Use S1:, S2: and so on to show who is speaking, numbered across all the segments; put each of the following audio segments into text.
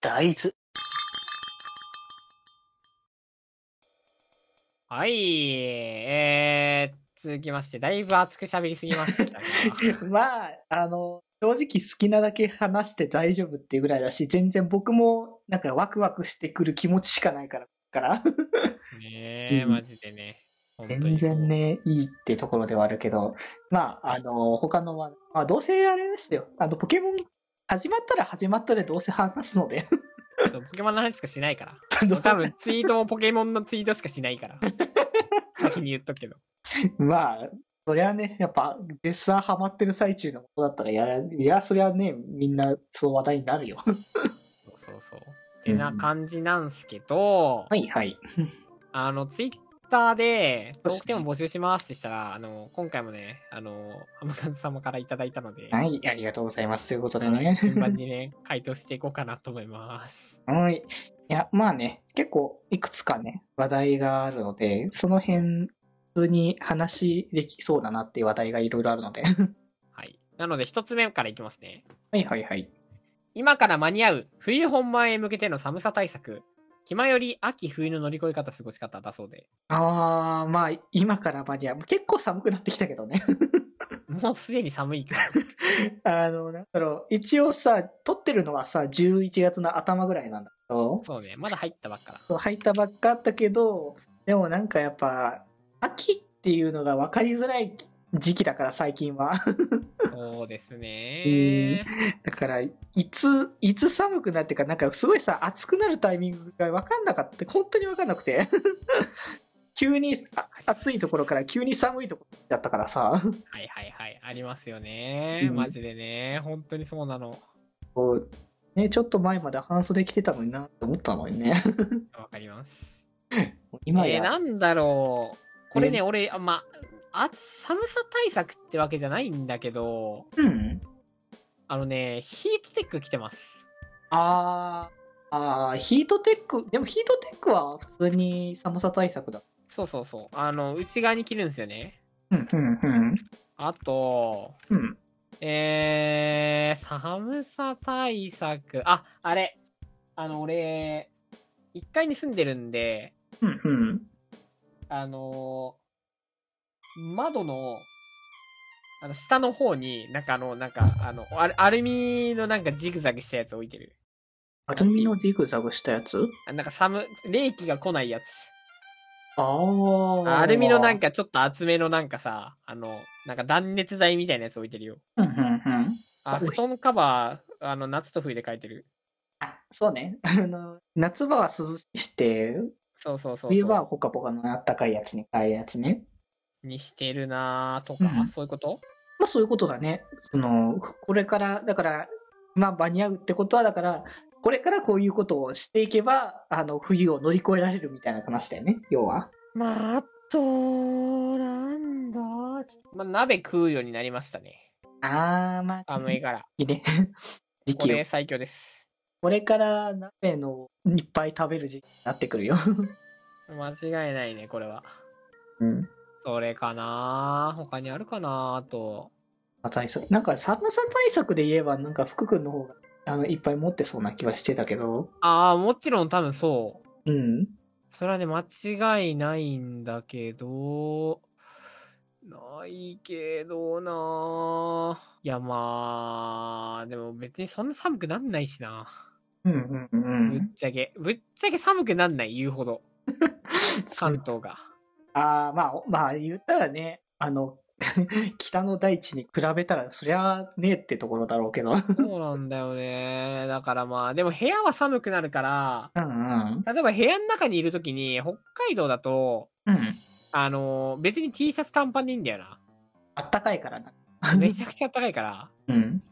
S1: 大豆。
S2: はい、えー、続きまして、だいぶ熱く喋りすぎました が。
S1: まあ、あの、正直好きなだけ話して大丈夫っていうぐらいだし、全然僕もなんかワクワクしてくる気持ちしかないから、こっから。
S2: ねえ、
S1: うん
S2: マジでね。本当
S1: 全
S2: にそう
S1: 然。ね、いいってところではあるけど、まあ、あの、他のは、まあ、どうせあれですよ。あの、ポケモン、始まったら始まったでどうせ話すの で。
S2: そうポケモンの話しかしないから。
S1: どうせ
S2: 多分、ツイートもポケモンのツイートしかしないから。先に言っとくけど。
S1: まあ、そりゃね、やっぱ、絶賛ハマってる最中のことだったら、やら、いや、そりゃね、みんな、そう話題になるよ。
S2: そうそうそう。ってな感じなんすけど、
S1: はいはい。
S2: あの、ツイッターで、トークテーマ募集しますってしたら、あの、今回もね、あの、浜田様からいただいたので、
S1: はい、ありがとうございます。ということ
S2: あ
S1: で
S2: の
S1: ね。
S2: 順番にね、回答していこうかなと思います。
S1: はい。いや、まあね、結構、いくつかね、話題があるので、その辺、普通に話できそうだなっていう話題がいろいろあるので。
S2: はい。なので、一つ目からいきますね。
S1: はいはいはい。
S2: 今から間に合う冬本番へ向けての寒さ対策。気前より秋冬の乗り越え方過ごし方だそうで。
S1: あー、まあ、今から間に合う。結構寒くなってきたけどね。
S2: もうすでに寒いから。
S1: あの、なんだろう。一応さ、撮ってるのはさ、11月の頭ぐらいなんだけど、
S2: そうね、まだ入ったばっかだ。
S1: 入ったばっかあったけど、でもなんかやっぱ、秋っていうのが分かりづらい時期だから、最近は。
S2: そうですね
S1: え。だから、いつ、いつ寒くなってか、なんかすごいさ、暑くなるタイミングが分かんなかった。本当に分かんなくて。 急にあ暑いところから急に寒いところだったからさ。
S2: はいはいはい。ありますよね。
S1: うん
S2: マジでね。本当にそうなの。
S1: こうね、ちょっと前まで半袖着てたのになって思ったのにね。
S2: わかります。
S1: 今
S2: えー、
S1: や、
S2: なんだろう。これね、
S1: え
S2: 俺、あまあ、寒さ対策ってわけじゃないんだけど、
S1: うん。
S2: あのね、ヒートテック着てます。
S1: あーあー、ヒートテック、でもヒートテックは普通に寒さ対策だ。
S2: そうそうそう。あの、内側に着るんですよね。
S1: うん、うん、うん。
S2: あと、
S1: うん。
S2: えー、寒さ対策。あ、あれ。あの、俺、1階に住んでるんで、
S1: うん、うん。
S2: あのー窓の、あの、下の方に、なんかあの、なんか、あの、アルアルミのなんかジグザグしたやつ置いてる。
S1: アルミのジグザグしたやつ
S2: あなんか寒、冷気が来ないやつ。
S1: ああ。
S2: アルミのなん
S1: か。
S2: かちょっと厚めのなんかさ、あの、なんか断熱材みたいなやつ置いてるよ。
S1: うん、うん、うん。
S2: あ、
S1: おい
S2: 布団カバー、あの、夏と冬で書いてる。
S1: あ、そうね。あの、夏場は涼しくして、
S2: そうそうそうそう。
S1: 冬場はポカポカのあったかいやつに変えるやつね。
S2: にしてるなーとか、
S1: うん
S2: そういうこと
S1: まあそういうことだね。その、これから、だから、まあ間に合うってことは、だから、これからこういうことをしていけば、あの、冬を乗り越えられるみたいな話だよね、要は。
S2: まあ、あと、なんだまあ、鍋食うようになりましたね。
S1: あー、まあ、
S2: 寒いから。
S1: いいね。時
S2: こ
S1: 期
S2: れ
S1: よ。
S2: 最強です。
S1: これから鍋のいっぱい食べる時期になってくるよ。
S2: 間違いないね、これは。
S1: うん。
S2: それかなー他にあるかなーあと。
S1: まあ、対策。なんか寒さ対策で言えば、なんか福君の方が、あの、いっぱい持ってそうな気はしてたけど。
S2: ああ、もちろん多分そう。
S1: うん。
S2: それはね、間違いないんだけど、ないけどなぁ。いや、まあ、でも別にそんな寒くなんないしな。
S1: うんうんう
S2: ぶっちゃけ。ぶっちゃけ寒くなんない、言うほど。関東が。
S1: ああ、まあ、おまあ、言ったらね、あの、 北の大地に比べたら、そりゃねえってところだろうけど。うん
S2: そうなんだよね。だからまあ、でも部屋は寒くなるから、
S1: うん。
S2: 例えば部屋の中にいるときに、北海道だと、
S1: うん。
S2: あのー別に T シャツ短パンでいいんだよな。
S1: あったかいからな。
S2: めちゃくちゃ暖かいから。
S1: うん。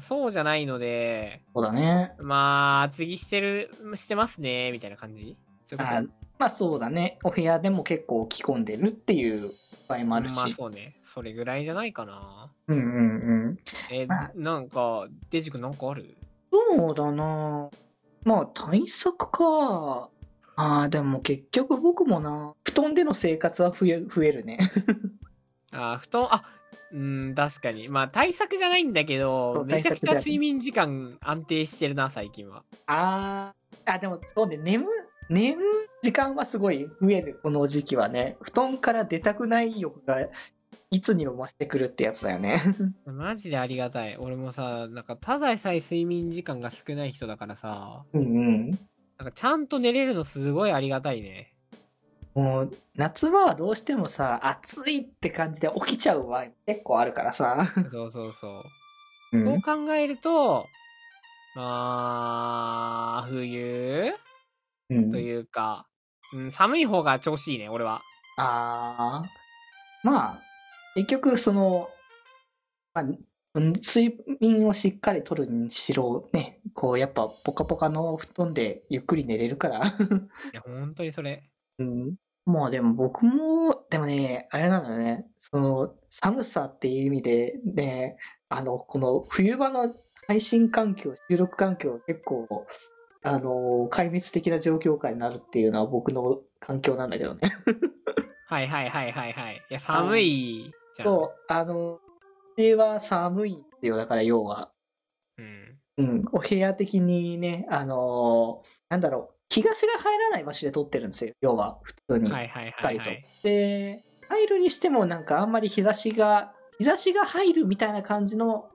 S2: そうじゃないので、
S1: そうだね。
S2: まあ、厚着してる、してますね、みたいな感じそういうこと
S1: あまあそうだね。お部屋でも結構着込んでるっていう場合もあるし。
S2: まあそうね。それぐらいじゃないかな。
S1: うんうんうん。
S2: えー
S1: まあ
S2: なんか、デジ君なんかある
S1: そうだな。まあ対策か。ああ、でも結局僕もな、布団での生活は増え増えるね。
S2: あー、布団、あ、うん、確かに。まあ、対策じゃないんだけ
S1: そ
S2: ど、
S1: う
S2: めちゃくち
S1: 対策
S2: ゃ
S1: じゃない
S2: 睡眠時間安定してるな、最近は。
S1: あーあ、でも、そうね、眠、眠時間はすごい増える、この時期はね。布団から出たくない欲が、いつにも増してくるってやつだよね。
S2: マジでありがたい。俺もさ、なんか、ただでさえ睡眠時間が少ない人だからさ、
S1: うん
S2: なんか、ちゃんと寝れるのすごいありがたいね。
S1: うん。もう、夏場はどうしてもさ、暑いって感じで起きちゃう場合結構あるからさ。
S2: そうそうそ
S1: う
S2: う。そうん考えると、まあ、冬
S1: うん
S2: というか、うん、寒い方が調子いいね、俺は。
S1: ああ。まあ、結局、その、まあ、うん睡眠をしっかりとるにしろ、ね、こう、やっぱ、ポカポカの布団でゆっくり寝れるから。
S2: いや、本当にそれ。
S1: うん。もうでも僕も、でもね、あれなのよね、その、寒さっていう意味で、ね、あの、この冬場の配信環境、収録環境、結構、あの、壊滅的な状況下になるっていうのは僕の環境なんだけどね。
S2: はいはいはいはいはい。いや、寒いじゃん。
S1: そう、あの、うちは寒いんですよ、だから要は。
S2: うん。
S1: うん、お部屋的にね、あのーなんだろう、日がしが入らない場所で撮ってるんですよ、要は、普通に。
S2: はいはいはいはい。
S1: で、入るにしても、なんかあんまり日差しが、日差しが入るみたいな感じの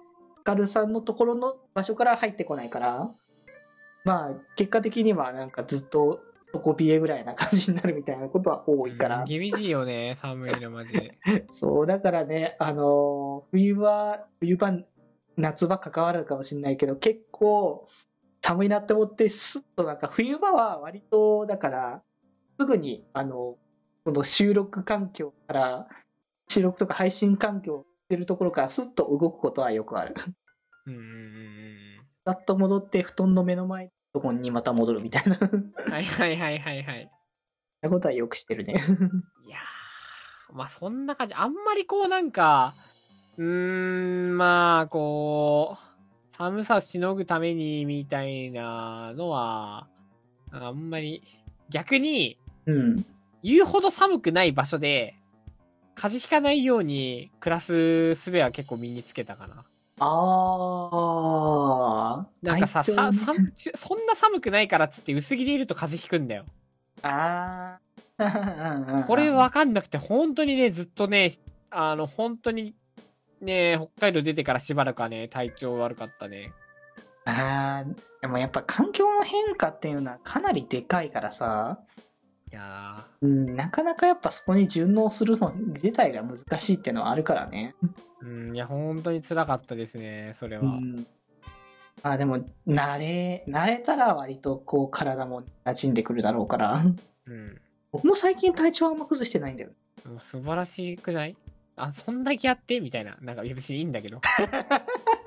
S1: 明るさのところの場所から入ってこないから、まあ、結果的にはなんかずっと底冷えぐらいな感じになるみたいなことは多いから。
S2: うん厳しいよね、寒いのマジで。
S1: そう、だからね、あのー冬は、冬場、夏場関わるかもしれないけど、結構寒いなって思って、すっとなんか、冬場は割と、だから、すぐに、あの、この収録環境から、収録とか配信環境してるところから、すっと動くことはよくある。
S2: うんうんうん
S1: ざっと戻って、布団の目の前のとこにまた戻るみたいな、
S2: うん。はいはいはいはいはい。
S1: なことはよくしてるね。
S2: いやー、まあそんな感じ。あんまりこうなんか、うーん、まあこう、寒さをしのぐためにみたいなのは、あんまり、逆に、
S1: うん。
S2: 言うほど寒くない場所で、風邪ひかないように暮らす術は結構身につけたかな。
S1: あー。
S2: なんかさ、
S1: 体
S2: さ
S1: 調ね
S2: さんちそんな寒くないからっつって薄着でいると風邪ひくんだよ。
S1: ああ。
S2: これ分かんなくて、本当にね、ずっとね、あの、本当に、ね、北海道出てからしばらくはね、体調悪かったね。
S1: あーでもやっぱ環境の変化っていうのはかなりでかいからさ、
S2: いや
S1: うん、なかなかやっぱそこに順応するの自体が難しいっていうのはあるからね。
S2: ー、うん、いや、本当に辛かったですね、それは。
S1: うん、まあでも慣れ、慣れたら割とこう体も馴染んでくるだろうから、
S2: うん。
S1: 僕も最近体調あんま崩してないんだよ。
S2: もう素晴らしくないあ、そんだけやってみたいな。なんか、いや別にいいん だけど。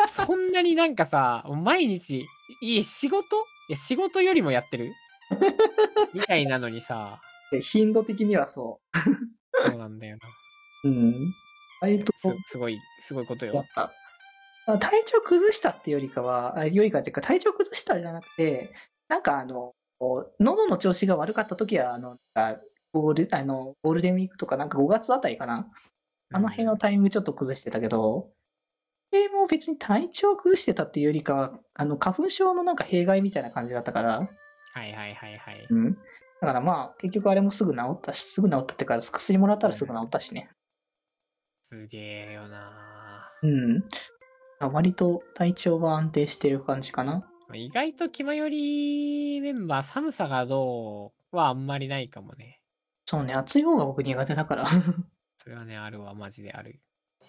S2: そんなになんかさ、もう毎日、いい仕事いや、仕事よりもやっ てるみたいなのにさ、
S1: で頻度的にはそ
S2: そうなんだよな。
S1: う。うん。割と
S2: すすごい、すごいこと
S1: やっ
S2: よ。
S1: ぱ、あ体調崩したっていうよりかは、あよりかっていうか、体調崩したじゃなくて、なんかあの、こう喉の調子が悪かった時は、あの、なんかゴール、あの、ゴールデンウィークとか、なんか5月あたりかな。あの辺のタイミングちょっと崩してたけど、でも別に体調崩してたっていうよりかは、あの、花粉症のなんか弊害みたいな感じだったから、
S2: はいはいはいはい。
S1: うん。だからまあ、結局あれもすぐ治ったし、すぐ治ったっていうか、薬もらったらすぐ治ったしね。
S2: すげえよな
S1: うん。あ割と体調は安定してる感じかな。
S2: 意外と気まよりメンバー寒さがどうはあんまりないかもね。
S1: そうね、暑い方が僕苦手だから。
S2: それはね、あるわ、マジである。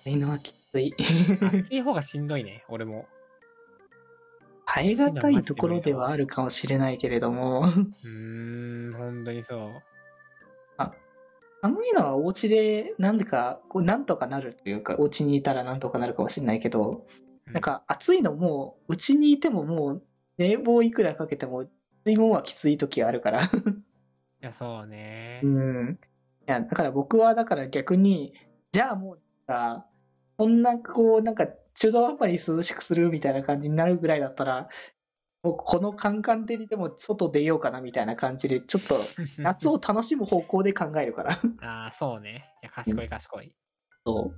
S1: 暑いのはきつい。
S2: 暑い方がしんどいね、俺も。
S1: 耐え難いところではあるかもしれないけれども、
S2: うーん、本当にそう。
S1: 寒いのはお家でなんでか、こうなんとかなるというか、お家にいたらなんとかなるかもしれないけど、
S2: う
S1: なん、か暑いのもう、家にいてももう、冷房いくらかけても、水分はきつい時あるから。
S2: いや、そうね
S1: う。ん。いや、だから僕は、だから逆に、じゃあもうさ、こんな、こう、なんか、中途半端に涼しくするみたいな感じになるぐらいだったら、もうこのカンカン照りでも外出ようかなみたいな感じで、ちょっと夏 を楽しむ方向で考えるから。
S2: ああ、そうね。いや、賢い賢い。
S1: そう。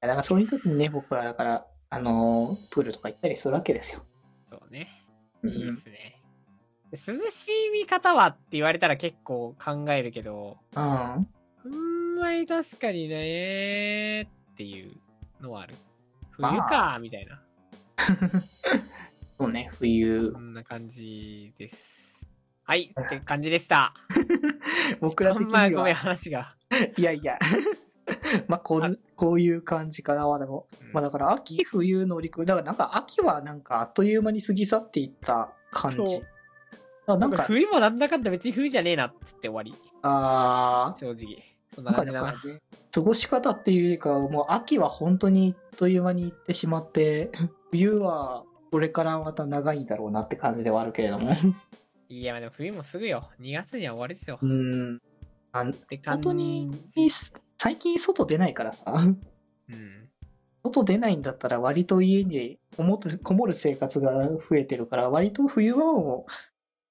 S1: やなんかそういう時にね、僕はだから、あのープールとか行ったりするわけですよ。
S2: そうね。
S1: う
S2: いいで
S1: ん。
S2: すね。涼しい見方はって言われたら結構考えるけど、
S1: うん。
S2: あんまり確かにねーっていうのはある。冬
S1: まあ
S2: かーみたいな。
S1: そうね、冬
S2: こ。んな感じです。はい、って感じでした。
S1: 僕ら
S2: あ
S1: 的
S2: ん
S1: に
S2: まごめ
S1: は、
S2: ん、話が。
S1: いやいや。 まあこう、こういう感じかな、まあでも。
S2: うん
S1: まあだから、秋、冬の陸、だからなんか秋はなんかあっという間に過ぎ去っていった感
S2: そ
S1: じ
S2: う。
S1: あな
S2: なん
S1: ん
S2: か
S1: か、
S2: 冬もなんだかんだ別に冬じゃねえなっつって終わり。
S1: あ
S2: 正直。そん
S1: ー
S2: な
S1: なんか
S2: 感じ
S1: だ
S2: だ
S1: か
S2: な。
S1: らね、過ごし方っていうよりかは、もう秋は本当にあっという間に行ってしまって、 冬はこれからまた長いんだろうなって感じではあるけれど も。
S2: いや、でも冬もすぐよ。2月には終わりですよ。
S1: う
S2: っ
S1: ん。あ
S2: て感
S1: 本
S2: じ。
S1: 当に、最近外出ないからさ。
S2: うん。
S1: 外出ないんだったら割と家にこもるこもる生活が増えてるから割と冬場も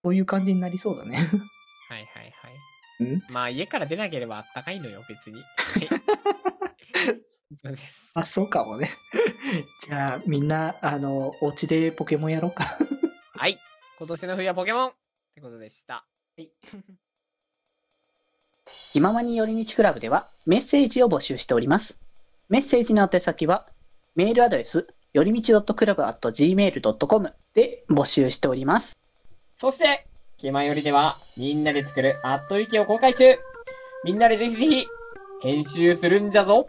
S1: そういう感じになりそうだね。
S2: はいはいはい。
S1: ん
S2: まあ家から出なければあったかいのよ、別に。 はい。そうです。
S1: あ、そうかもね。 じゃあみんな、あの、お家でポケモンやろうか。
S2: はい。今年の冬はポケモンってことでした。
S3: 気ままに寄り道クラブではメッセージを募集しております。メッセージの宛先はメールアドレスよりみち .club.gmail.com で募集しております。
S2: そして、気まよりでは、みんなで作るアットウィキを公開中みんなでぜひぜひ、編集するんじゃぞ